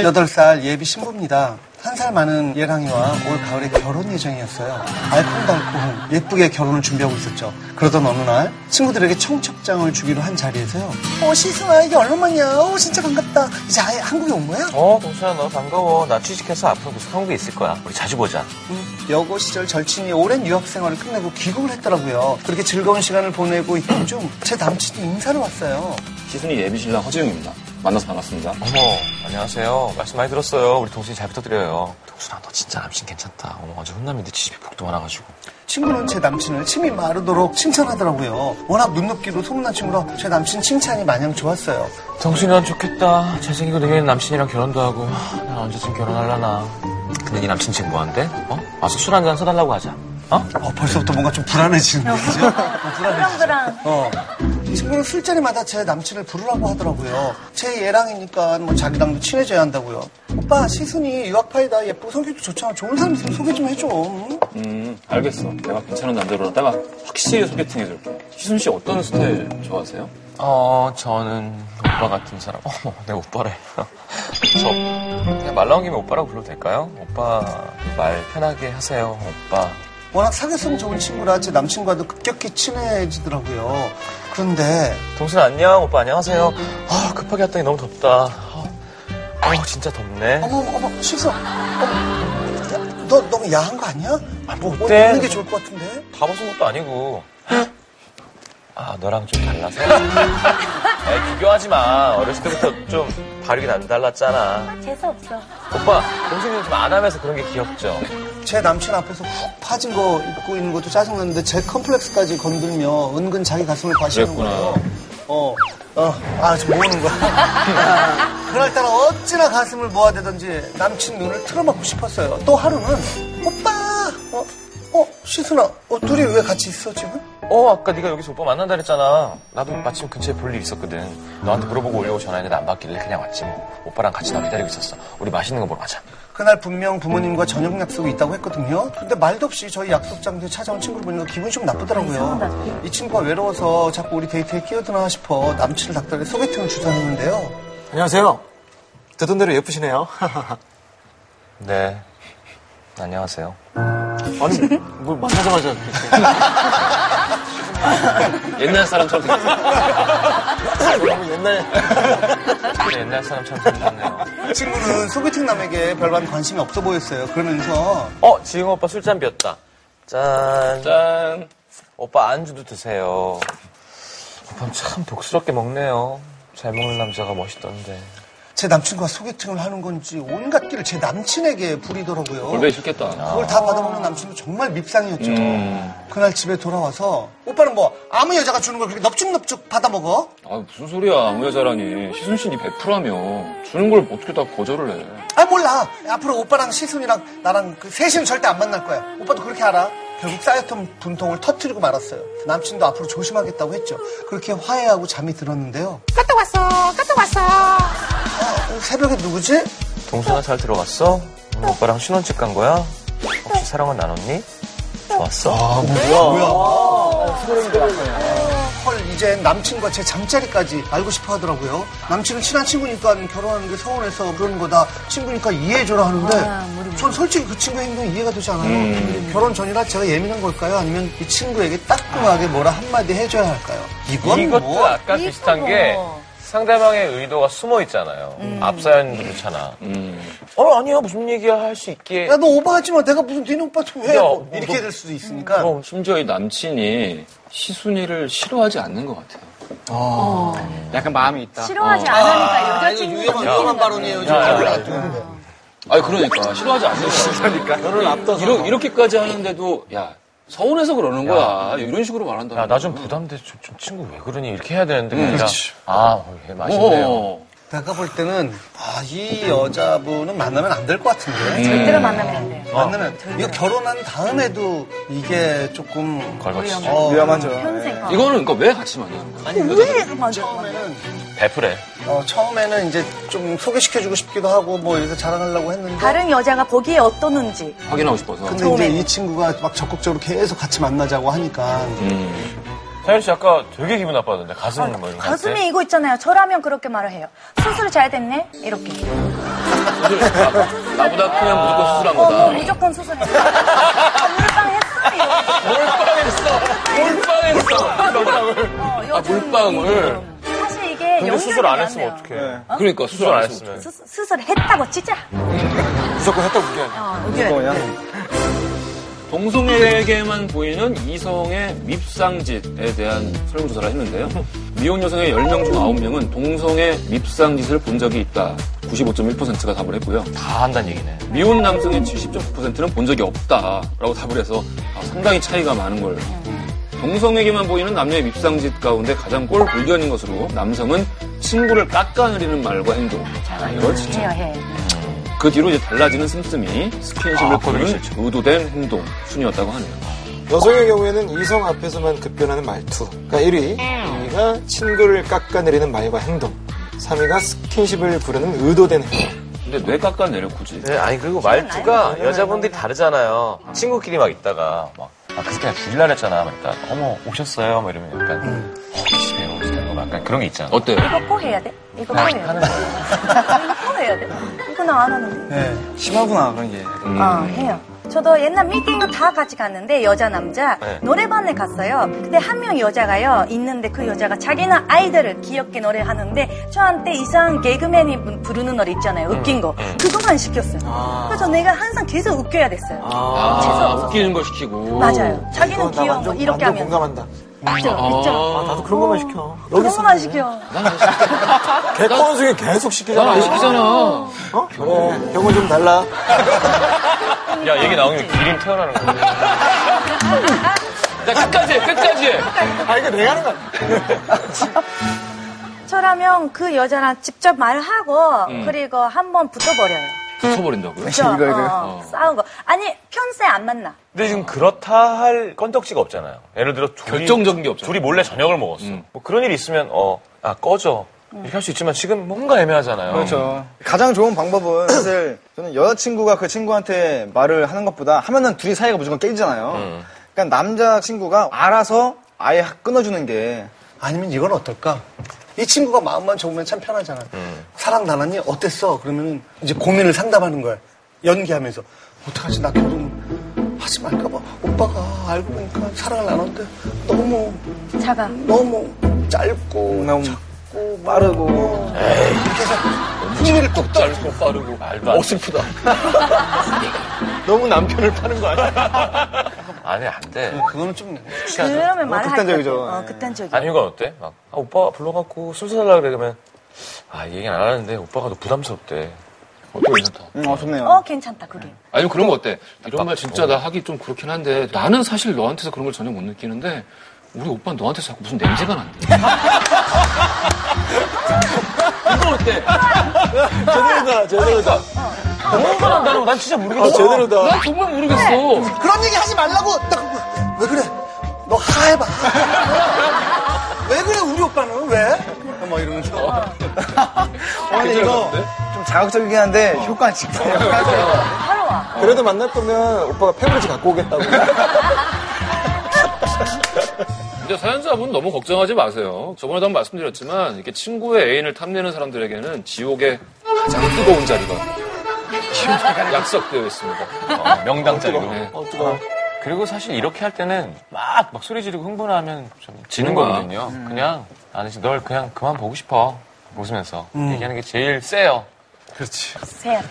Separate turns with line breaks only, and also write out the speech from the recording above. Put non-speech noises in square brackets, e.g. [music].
28살 예비 신부입니다. 한 살 많은 예랑이와 올 가을에 결혼 예정이었어요. 알콩달콩 예쁘게 결혼을 준비하고 있었죠. 그러던 어느 날 친구들에게 청첩장을 주기로 한 자리에서요. 어 시승아 이게 얼마만이야. 어 진짜 반갑다. 이제 아예 한국에 온 거야?
어, 동수야, 너 반가워. 나 취직해서 앞으로 계속 한국에 있을 거야. 우리 자주 보자.
음, 여고 시절 절친이 오랜 유학 생활을 끝내고 귀국을 했더라고요. 그렇게 즐거운 시간을 보내고 있던 중제 남친이 인사를 왔어요.
시순이 예비신랑 허지웅입니다. 만나서 반갑습니다.
어머, 안녕하세요. 말씀 많이 들었어요. 우리 동순이 잘 부탁드려요. 동순아, 너 진짜 남친 괜찮다. 어머, 어제 혼남인데 지집이 복도 많아가지고.
친구는 제 남친을 침이 마르도록 칭찬하더라고요. 워낙 눈높기로 소문난 친구라 제 남친 칭찬이 마냥 좋았어요.
동순이 난 좋겠다. 잘생기고 능력있는 남친이랑 결혼도 하고. 난 언제쯤 결혼하려나. 근데 네 남친 지금 뭐한대? 어? 와서 술 한잔 사달라고 하자. 어?
어, 벌써부터 뭔가 좀 불안해지는데, 그죠? 어, 불안해지죠.
그랑
어. 이 친구는 술자리마다 제 남친을 부르라고 하더라고요. 제 예랑이니까 뭐 자기랑도 친해져야 한다고요. 오빠, 시순이 유학파이다. 예쁘고 성격도 좋잖아. 좋은 사람 있으면 소개 좀 해줘. 응?
음, 알겠어. 내가 괜찮은 남자로 하다가 확실히 소개팅 해줄게. 시순 씨 어떤 스타일 좋아하세요?
어, 네. 저는 오빠 같은 사람. 어머, 내 오빠래. [laughs] 저, 그냥 말 나온 김에 오빠라고 불러도 될까요? 오빠, 말 편하게 하세요. 오빠.
워낙 사교성 좋은 친구라 제 남친과도 급격히 친해지더라고요. 그런데
동순 안녕, 오빠 안녕하세요. 아, 급하게 왔더니 너무 덥다. 아, 아, 진짜 덥네.
어머 어머 어머 실수. 어머. 야, 너 너무 야한 거 아니야?
아, 뭐
뭐
어때?
있는 게 좋을 것 같은데.
다 벗은 것도 아니고. 아, 너랑 좀
[laughs]
달라서? 아 비교하지 마. 어렸을 때부터 좀 발육이 남달랐잖아.
재수 없어.
오빠, 동생이 좀 안 하면서 그런 게 귀엽죠?
제 남친 앞에서 훅 파진 거 입고 있는 것도 짜증나는데 제 컴플렉스까지 건들며 은근 자기 가슴을 과시하는
그랬구나.
거예요. 어. 어, 아, 지금 뭐 하는 거야? [laughs] 아, 그날따라 어찌나 가슴을 모아대던지 남친 눈을 틀어막고 싶었어요. 또 하루는, 오빠! 어, 어, 시순아, 어, 둘이 왜 같이 있어, 지금?
어, 아까 네가 여기서 오빠 만난다 그랬잖아. 나도 마침 근처에 볼 일 있었거든. 너한테 물어보고 오려고 전화했는데 안 받길래 그냥 왔지 뭐. 오빠랑 같이 나 기다리고 있었어. 우리 맛있는 거 먹으러 가자.
그날 분명 부모님과 저녁 약속이 있다고 했거든요. 근데 말도 없이 저희 약속 장소에 찾아온 친구를 보니까 기분이 좀 나쁘더라고요. 이 친구가 외로워서 자꾸 우리 데이트에 끼어드나 싶어 남친을 닥달해 소개팅을 주선했는데요.
안녕하세요. 듣던 대로 예쁘시네요. [laughs]
네. 안녕하세요.
아니, 뭘 만나자마자 그렇게.
[laughs]
옛날 사람처럼 생겼어요.
너무 옛날.
그래, [laughs] 옛날 사람처럼 생겼네요.
친구는 소개팅 남에게 별반 관심이 없어 보였어요. 그러면서
어, 지금 오빠 술잔 비었다. 짠.
짠.
오빠 안주도 드세요. 오빠 참 복스럽게 먹네요. 잘 먹는 남자가 멋있던데.
제 남친과 소개팅을 하는 건지 온갖 끼를 제 남친에게 부리더라고요.
골뱅이 싫겠다.
그걸 다 받아먹는 남친도 정말 밉상이었죠.
음.
그날 집에 돌아와서 오빠는 뭐 아무 여자가 주는 걸 그렇게 넙죽넙죽 받아먹어?
아, 무슨 소리야. 아무 여자라니. 시순 씨니 100%라며. 주는 걸 어떻게 다 거절을 해.
아 몰라 앞으로 오빠랑 시순이랑 나랑 그 셋이는 절대 안 만날 거야 오빠도 그렇게 알아 결국 쌓였던 분통을 터트리고 말았어요 남친도 앞으로 조심하겠다고 했죠 그렇게 화해하고 잠이 들었는데요
갔다 왔어, 갔다 왔어.
어, 새벽에 누구지?
동순아 잘 들어갔어? 오늘 오빠랑 신혼집 간 거야? 혹시 사랑은 나눴니? 좋았어? 어,
헐 이제 남친과 제 잠자리까지 알고 싶어 하더라고요 남친은 친한 친구니까 결혼하는 게 서운해서 그러는 거다 친구니까 이해해줘라 하는데 전 솔직히 그 친구의 행동이 이해가 되지 않아요
음.
결혼 전이라 제가 예민한 걸까요? 아니면 이 친구에게 따끔하게 뭐라 한마디 해줘야 할까요? 이건
이것도
뭐
아까 비슷한 게 상대방의 의도가 숨어 있잖아요. 앞사연도 그렇잖아.
음.
어, 아니야. 무슨 얘기야. 할 수 있게.
야 너 오버하지 마. 내가 무슨 니네 오빠한테 왜?
야,
뭐
너-
이렇게 될 수도 있으니까.
심지어 이 남친이 시순이를 싫어하지 않는 것 같아요.
약간 마음이 있다.
아, 싫어하지
아,
않으니까 여자친구가
위험한 뭐 발언이에요.
야, 야,
아니, 그러니까. 싫어하지 않는 것 같아요. 어.
그러니까. 너를 앞서서.
이러, 이렇게까지 하는데도, 야, 서운해서 그러는 거야. 이런 식으로 말한다.
야, 나 좀 부담돼. 저, 저 친구 왜 그러니? 이렇게 해야 되는데. 그 아니라, 아, 어, 얘 맛있네요.
내가 볼 때는 아, 이 여자분은 만나면 안 될 것
음.
같은데.
절대로 음. 만나면 안 돼요.
만나면
어.
이거 결혼한 다음에도 이게 조금
걸거치지.
어,
평생. 어.
이거는 그러니까 왜 같이 만나는 거야?
처음에는
베프래.
어, 처음에는 이제 좀 소개시켜주고 싶기도 하고 뭐 이래서 자랑하려고 했는데.
다른 여자가 보기에 어떠는지.
확인하고 싶어서.
근데
처음에는.
이제 이 친구가 막 적극적으로 계속 같이 만나자고 하니까
음.
사연씨 아까 되게 기분 나빠하던데. 아,
아, 네?
가슴 뭐 이런 거. 할 때.
가슴에 이거 있잖아요. 저라면 그렇게 말을 해요. 수술 잘 됐네? 이렇게.
수술. 나- 나보다 크면 무조건 수술한
어,
거다.
무조건 수술했어. 물방 했어, 이거.
몰빵했어. 몰빵을.
어, 요즘
아, 물방울.
이게 사실 이게
근데
연결이
수술 안
안
했으면
돼요.
어떡해.
그러니까 수술 안 했으면.
수, 수술했다고 치자.
무조건 했다고 그게 아니야.
어, 의견.
동성에게만 보이는 이성의 밉상짓에 대한 설문조사를 했는데요. 미혼 여성의 10명 중 9명은 동성의 밉상짓을 본 적이 있다. 95.1%가 답을 했고요.
다 한다는 얘기네.
미혼 남성의 70.9%는 본 적이 없다라고 답을 해서 아, 상당히 차이가 많은 걸. 동성에게만 보이는 남녀의 밉상짓 가운데 가장 꼴불견인 것으로 남성은 친구를 깎아내리는 말과 행동. 아, 이거
해야
진짜
해.
그 뒤로 이제 달라지는 씀씀이 스킨십을
아,
거는
그러기 싫죠.
의도된 행동 순이었다고 하네요.
여성의 경우에는 이성 앞에서만 급변하는 말투. 그러니까 1위, 2위가 친구를 깎아내리는 말과 행동. 3위가 스킨십을 부르는 의도된 행동.
근데 왜 깎아내려 굳이?
네, 아니 그리고 말투가 여자분들이 다르잖아요. 친구끼리 막 있다가 막 아, 그때 내가 죽일라 그랬잖아. 막 이따 어머 오셨어요. 막 이러면 약간 어, 집에 오셨다고 막 약간 그런 게 있잖아.
어때요?
이거 코 해야 돼? 이거 코 해야 돼?
하는 거예요.
이거 코 해야 돼? 이거 나 안 하는데.
네. 심하구나, 그런 게.
음.
아, 해요. 저도 옛날 미팅도 다 같이 갔는데 여자 남자
네.
노래방에 갔어요. 근데 한 명 여자가요 있는데 그 여자가 자기는 아이들을 귀엽게 노래하는데 저한테 이상한 개그맨이 부- 부르는 노래 있잖아요.
음.
웃긴 거 그것만 시켰어요.
아.
그래서 내가 항상 계속 웃겨야 됐어요.
아, 웃기는 걸 시키고.
맞아요. 자기는
이건 나
귀여운 거
완전-
이렇게
완전
하면
공감한다. 음.
있죠, 있죠.
아, 나도 그런 것만 시켜.
그런
여기서
것만 시켜.
개꺼는 중에 계속 시키잖아.
안 시키잖아.
어? 어, 경우 좀 달라.
야 얘기 나오면 기린 태어나는 거야.
나 끝까지 해, 끝까지 해.
아, 이거 내가 하는 거 아니야.
저라면 그 여자랑 직접 말하고 그리고 한번 붙어버려요.
붙여버린다고요?
그죠? 어, 싸우고 아니 평소에 안 만나.
근데 지금 그렇다 할 건덕지가 없잖아요. 예를 들어 둘이,
결정적인 게 없잖아. 음.
둘이 몰래 저녁을 먹었어. 뭐 그런 일이 있으면 어 아 꺼져 이렇게 할 수 있지만 지금 뭔가 애매하잖아요.
그렇죠. 가장 좋은 방법은 사실 저는 여자친구가 그 친구한테 말을 하는 것보다 하면은 둘이 사이가 무조건 깨지잖아요. 그러니까 남자친구가 알아서 아예 끊어주는 게
아니면 이건 어떨까? 이 친구가 마음만 좋으면 참 편하잖아. 사랑 나눴니? 어땠어? 그러면 이제 고민을 상담하는 거야. 연기하면서. 어떡하지? 나 결혼 하지 말까봐. 오빠가 알고 보니까 사랑을 나눴는데 너무,
자가
너무 짧고,
너무
작고, 빠르고. 이렇게 해서 흥미를 꼭 떨.
짧고 빠르고 말도 안 어슬프다.
너무 남편을 파는 거 아니야?
[laughs] 아니 안 돼.
그거는 좀.
그러면 말할
극단적이죠.
거고. 어,
예.
극단적이죠.
아니 이건 어때? 막 아, 오빠 불러갖고 술 사달라 그래 그러면 아 얘기는 안 하는데 오빠가 너 부담스럽대.
어때, 괜찮다.
음, 어, 좋네요.
어, 괜찮다, 그게.
아니면 그런 거 어때? 이런 말 진짜 나 하기 좀 그렇긴 한데 나는 사실 너한테서 그런 걸 전혀 못 느끼는데 우리 오빠는 너한테 자꾸 무슨 냄새가 난대.
제대로다, 제대로다.
나는 난 진짜 모르겠어.
아, 제대로다.
나 정말 모르겠어.
그런 얘기 하지 말라고! 나 그거- 왜 그래? 너 하해봐. [laughs] 왜 그래, 우리 오빠는? 왜? 막뭐 이러면서. [laughs]
어, 근데 이거 좀 자극적이긴 한데
어.
효과는 진짜
바로 와.
그래도 만날 거면 오빠가 패브리지 갖고 오겠다고.
근데 사연자분 너무 걱정하지 마세요. 저번에도 한번 말씀드렸지만 이렇게 친구의 애인을 탐내는 사람들에게는 지옥의 가장 뜨거운 자리가 약속되어 있습니다.
어, 명당 자리로.
네.
어, 뜨거워.
그리고 사실 이렇게 할 때는 막, 막 소리 지르고 흥분하면 좀 지는
거야.
거거든요. 그냥, 나는 진짜 널 그냥 그만 보고 싶어. 웃으면서. 얘기하는 게 제일 세요.
세야 돼.